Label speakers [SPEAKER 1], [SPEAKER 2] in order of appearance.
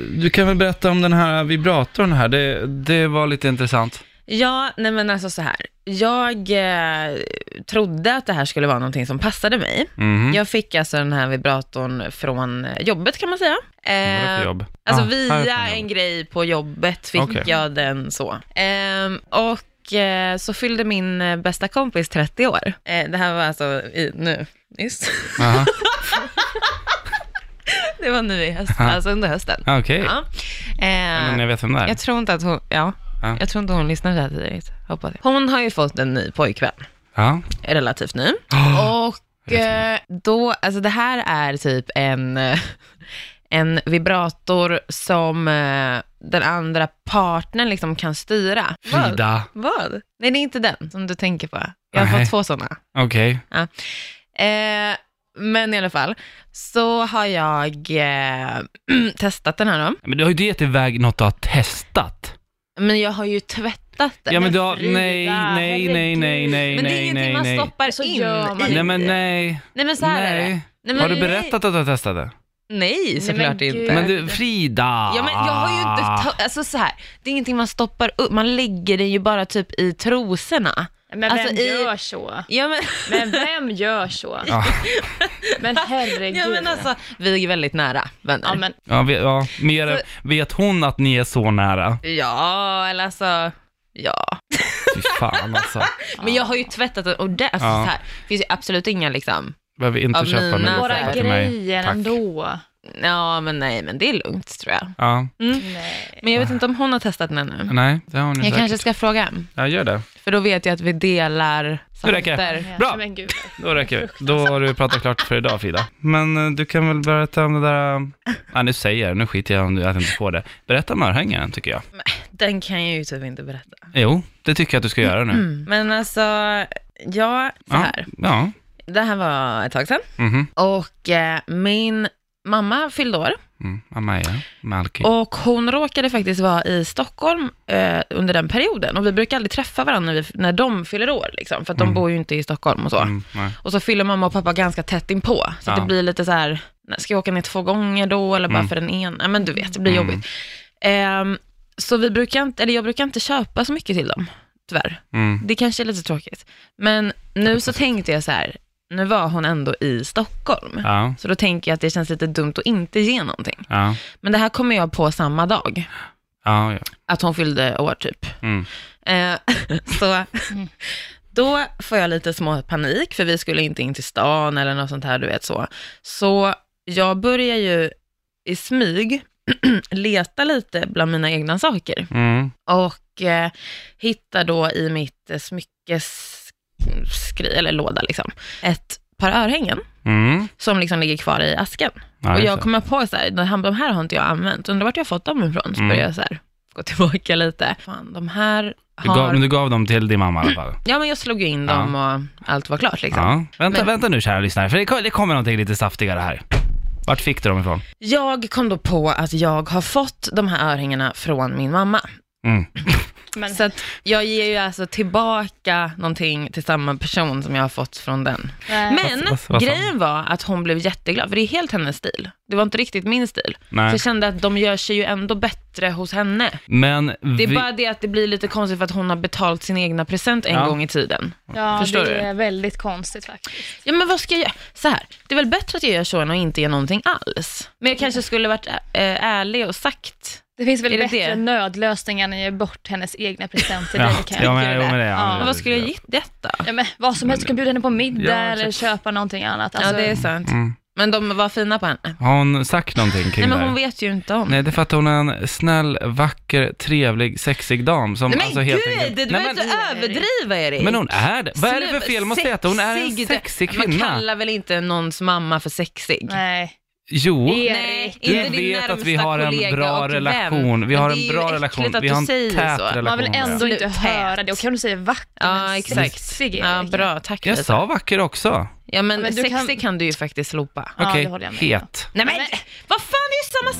[SPEAKER 1] du kan väl berätta om den här vibratorn här, det, det var lite intressant.
[SPEAKER 2] Ja, nej men alltså så här. Jag eh, trodde att det här skulle vara någonting som passade mig.
[SPEAKER 1] Mhm.
[SPEAKER 2] Jag fick alltså den här vibratorn från eh, jobbet kan man säga.
[SPEAKER 1] Vad var det
[SPEAKER 2] Eh,
[SPEAKER 1] för jobb?
[SPEAKER 2] Alltså
[SPEAKER 1] Ah, här
[SPEAKER 2] via
[SPEAKER 1] är det
[SPEAKER 2] en
[SPEAKER 1] jobb.
[SPEAKER 2] grej på jobbet fick
[SPEAKER 1] Okej.
[SPEAKER 2] jag den så. Ehm, och eh, så fyllde min eh, bästa kompis 30 år. Eh, det här var alltså i, nu, nyss.
[SPEAKER 1] Aha.
[SPEAKER 2] det var nu i höst, alltså under hösten.
[SPEAKER 1] Ah, Okej,
[SPEAKER 2] Ja.
[SPEAKER 1] Ja, men
[SPEAKER 2] Ehm,
[SPEAKER 1] jag vet vem det är.
[SPEAKER 2] jag tror inte att hon, ja.
[SPEAKER 1] Ja.
[SPEAKER 2] Jag tror inte hon lyssnar så här tidigt, hoppas jag. Hon har ju fått en ny pojkvän,
[SPEAKER 1] Ja.
[SPEAKER 2] relativt ny. Och
[SPEAKER 1] Ah, vet
[SPEAKER 2] eh, då, alltså det här är typ en, eh, en vibrator som eh, den andra partnern liksom kan styra. Vad?
[SPEAKER 1] Frida.
[SPEAKER 2] Vad? Nej, det är inte den som du tänker på. Jag har
[SPEAKER 1] Nej.
[SPEAKER 2] fått två sådana.
[SPEAKER 1] Okej.
[SPEAKER 2] Eh, men i alla fall, så har jag eh, testat den här då.
[SPEAKER 1] Men du har ju inte gett iväg något du har testat.
[SPEAKER 2] Men jag har ju tvättat den.
[SPEAKER 1] Ja men du har,
[SPEAKER 3] Frida,
[SPEAKER 1] nej, nej, nej, nej, nej,
[SPEAKER 2] men det är
[SPEAKER 1] nej,
[SPEAKER 2] ingenting
[SPEAKER 1] nej,
[SPEAKER 2] man
[SPEAKER 1] nej.
[SPEAKER 2] stoppar
[SPEAKER 3] Så
[SPEAKER 2] in
[SPEAKER 3] gör man
[SPEAKER 2] i.
[SPEAKER 1] Nej men nej,
[SPEAKER 2] Nej, men så här är det.
[SPEAKER 1] nej.
[SPEAKER 2] Nej, men
[SPEAKER 1] Har du
[SPEAKER 2] nej.
[SPEAKER 1] berättat att du har testat det?
[SPEAKER 2] Nej, såklart
[SPEAKER 3] men gud.
[SPEAKER 2] inte.
[SPEAKER 1] Men du, Ah. Frida!
[SPEAKER 2] Ja, men jag har ju inte, ta- alltså så här, det är ingenting man stoppar upp, man lägger den ju bara typ i trosorna.
[SPEAKER 3] Men
[SPEAKER 2] Alltså,
[SPEAKER 3] vem
[SPEAKER 2] i-
[SPEAKER 3] gör så?
[SPEAKER 2] Ja men,
[SPEAKER 3] Men vem gör så?
[SPEAKER 1] Ja.
[SPEAKER 3] Men herregud.
[SPEAKER 2] ja, men alltså, vi är väldigt nära vänner.
[SPEAKER 3] Ja, men,
[SPEAKER 1] Ja, vet, ja, mer, vet hon att ni är så nära?
[SPEAKER 2] Ja, eller alltså, ja.
[SPEAKER 1] Fy fan alltså.
[SPEAKER 2] Men jag har ju tvättat den ordentligt, alltså,
[SPEAKER 1] Ja.
[SPEAKER 2] så här, det finns ju absolut inga liksom,
[SPEAKER 1] Behöver inte
[SPEAKER 2] Av
[SPEAKER 1] köpa
[SPEAKER 2] mina
[SPEAKER 1] mina
[SPEAKER 3] våra
[SPEAKER 1] till mig.
[SPEAKER 3] grejer
[SPEAKER 1] Tack.
[SPEAKER 3] ändå.
[SPEAKER 2] ja men nej, men det är lugnt tror jag.
[SPEAKER 1] Ja,
[SPEAKER 3] Nej.
[SPEAKER 2] Men jag vet inte om hon har testat den ännu.
[SPEAKER 1] nej, det har hon ju
[SPEAKER 2] Jag
[SPEAKER 1] Ah. säkert.
[SPEAKER 2] kanske ska fråga,
[SPEAKER 1] Ja, gör det.
[SPEAKER 2] för då vet jag att vi delar
[SPEAKER 1] Nu räcker det.
[SPEAKER 2] safter.
[SPEAKER 1] Bra.
[SPEAKER 3] Men gud.
[SPEAKER 1] Då räcker det. Då har du pratat klart för idag Frida. Men eh, du kan väl berätta om det där... eh, Ja, nu säger jag Nu skiter jag om du- att jag inte får det. Berätta om örhängaren tycker jag.
[SPEAKER 2] Den kan jag ju typ inte berätta.
[SPEAKER 1] Jo, det tycker jag att du ska göra nu.
[SPEAKER 2] Men alltså, ja, så
[SPEAKER 1] Ja,
[SPEAKER 2] här.
[SPEAKER 1] ja.
[SPEAKER 2] Det här var ett tag sedan.
[SPEAKER 1] Mhm.
[SPEAKER 2] Och eh, min mamma fyllde år
[SPEAKER 1] Mm. Amaya, Malki.
[SPEAKER 2] och hon råkade faktiskt vara i Stockholm eh, under den perioden. Och vi brukar aldrig träffa varandra när, vi, när de fyller år, liksom, för att de bor ju inte i Stockholm och så.
[SPEAKER 1] Mm, nej.
[SPEAKER 2] Och så fyller mamma och pappa ganska tätt inpå. Så att
[SPEAKER 1] Ja.
[SPEAKER 2] det blir lite så här, "Nä, ska jag åka ner två gånger då eller bara för den ena? Nej, Men du vet, det blir
[SPEAKER 1] Mm.
[SPEAKER 2] jobbigt. Ehm, så vi brukar inte, eller jag brukar inte köpa så mycket till dem, tyvärr.
[SPEAKER 1] Mm.
[SPEAKER 2] Det kanske är lite tråkigt. Men nu så tänkte jag så här, nu var hon ändå i Stockholm.
[SPEAKER 1] Ja,
[SPEAKER 2] Så då tänker jag att det känns lite dumt att inte ge någonting.
[SPEAKER 1] ja,
[SPEAKER 2] Men det här kommer jag på samma dag,
[SPEAKER 1] ja. ja.
[SPEAKER 2] att hon fyllde år typ.
[SPEAKER 1] Mm.
[SPEAKER 2] Eh, så då får jag lite små panik, för vi skulle inte in till stan eller något sånt här, du vet så. Så jag börjar ju i smyg leta lite bland mina egna saker
[SPEAKER 1] Mm.
[SPEAKER 2] och eh, hittar då i mitt eh, smyckesskri, eller låda liksom, ett par örhängen
[SPEAKER 1] Mm.
[SPEAKER 2] som liksom ligger kvar i asken.
[SPEAKER 1] Ja,
[SPEAKER 2] Och
[SPEAKER 1] just
[SPEAKER 2] jag
[SPEAKER 1] det.
[SPEAKER 2] kommer på så här, de här, de här har inte jag använt, undrar vart jag har fått dem ifrån? Så
[SPEAKER 1] Mm.
[SPEAKER 2] börjar jag så här, gå tillbaka lite. Fan, de här
[SPEAKER 1] du gav, men
[SPEAKER 2] har...
[SPEAKER 1] du gav dem till din mamma i alla fall?
[SPEAKER 2] Ja, men jag slog ju in dem och allt var klart liksom.
[SPEAKER 1] Ja. Vänta,
[SPEAKER 2] Men-
[SPEAKER 1] vänta nu kära lyssnare, för det, kom, det kommer någonting lite saftigare här. Vart fick du dem ifrån?
[SPEAKER 2] Jag kom då på att jag har fått de här örhängena från min mamma.
[SPEAKER 1] Mm.
[SPEAKER 3] Men,
[SPEAKER 2] Så att jag ger ju alltså tillbaka någonting till samma person som jag har fått från den.
[SPEAKER 3] nej.
[SPEAKER 2] Men
[SPEAKER 1] Vad- vad- vad sa
[SPEAKER 2] grejen var att hon blev jätteglad, för det är helt hennes stil. Det var inte riktigt min stil. Så
[SPEAKER 1] Nej.
[SPEAKER 2] jag kände att de gör sig ju ändå bättre hos henne.
[SPEAKER 1] Men
[SPEAKER 2] Det är
[SPEAKER 1] vi,
[SPEAKER 2] bara det att det blir lite konstigt för att hon har betalt sin egna present en
[SPEAKER 1] Ja.
[SPEAKER 2] gång i tiden.
[SPEAKER 3] ja,
[SPEAKER 2] Förstår
[SPEAKER 3] det
[SPEAKER 2] du?
[SPEAKER 3] är väldigt konstigt faktiskt.
[SPEAKER 2] Ja men vad ska jag göra? Så här, det är väl bättre att jag gör så än att inte ge någonting alls. Men jag kanske skulle varit ä- eh, ärlig och sagt.
[SPEAKER 3] Det finns väl
[SPEAKER 2] Är det
[SPEAKER 3] bättre
[SPEAKER 2] det?
[SPEAKER 3] nödlösningar än att ge bort hennes egna presenter.
[SPEAKER 1] ja,
[SPEAKER 3] det kan jag
[SPEAKER 1] ja, men,
[SPEAKER 3] tycka
[SPEAKER 1] jo,
[SPEAKER 3] det
[SPEAKER 1] men det,
[SPEAKER 3] där.
[SPEAKER 1] ja,
[SPEAKER 3] Ja.
[SPEAKER 2] Men vad skulle jag gett detta?
[SPEAKER 3] Ja, men vad som helst, du kan bjuda henne på middag
[SPEAKER 1] Ja,
[SPEAKER 3] eller
[SPEAKER 1] exakt.
[SPEAKER 3] köpa någonting annat.
[SPEAKER 2] Ja
[SPEAKER 3] Alltså,
[SPEAKER 2] det är sant.
[SPEAKER 1] Mm.
[SPEAKER 2] Men de var fina på henne.
[SPEAKER 1] Har hon sagt någonting kring
[SPEAKER 2] Nej men
[SPEAKER 1] det
[SPEAKER 2] hon
[SPEAKER 1] här?
[SPEAKER 2] vet ju inte om.
[SPEAKER 1] Nej, det är för att hon är en snäll, vacker, trevlig, sexig dam som
[SPEAKER 2] Nej, men
[SPEAKER 1] alltså helt
[SPEAKER 2] gud,
[SPEAKER 1] enkelt...
[SPEAKER 2] du behöver inte överdriva Erik.
[SPEAKER 1] Men hon är det! Vad är det för fel man säga att hon är en
[SPEAKER 2] Sexig.
[SPEAKER 1] sexig
[SPEAKER 2] Man
[SPEAKER 1] kvinna?
[SPEAKER 2] kallar väl inte någons mamma för sexig?
[SPEAKER 3] Nej.
[SPEAKER 1] Jo,
[SPEAKER 3] Erik,
[SPEAKER 2] inte
[SPEAKER 1] du
[SPEAKER 2] din
[SPEAKER 1] vet att vi
[SPEAKER 2] närmsta
[SPEAKER 1] har en
[SPEAKER 2] kollega
[SPEAKER 1] bra
[SPEAKER 2] och vän.
[SPEAKER 1] relation. Vi
[SPEAKER 2] Men
[SPEAKER 1] har
[SPEAKER 2] det är
[SPEAKER 1] en
[SPEAKER 2] ju
[SPEAKER 1] bra
[SPEAKER 2] äckligt
[SPEAKER 1] relation.
[SPEAKER 2] att
[SPEAKER 1] Vi
[SPEAKER 2] du
[SPEAKER 1] har en
[SPEAKER 2] säger
[SPEAKER 1] tät
[SPEAKER 2] så. Man
[SPEAKER 1] relation.
[SPEAKER 3] Man vill
[SPEAKER 1] med henne.
[SPEAKER 3] ändå inte
[SPEAKER 2] Slut.
[SPEAKER 3] höra det. Och kan du säga vacker
[SPEAKER 2] Ja
[SPEAKER 3] men
[SPEAKER 2] exakt.
[SPEAKER 3] sexig Erik?
[SPEAKER 2] Ja, bra, tack
[SPEAKER 1] Jag
[SPEAKER 2] Lisa.
[SPEAKER 1] sa vacker också.
[SPEAKER 2] Ja men,
[SPEAKER 3] men du
[SPEAKER 2] sexig
[SPEAKER 3] kan-
[SPEAKER 2] kan... du ju faktiskt slopa.
[SPEAKER 3] Ja, det
[SPEAKER 1] Okej,
[SPEAKER 3] håller jag med om.
[SPEAKER 1] het.
[SPEAKER 2] Nej men,
[SPEAKER 3] Nej.
[SPEAKER 2] vad fan det är ju samma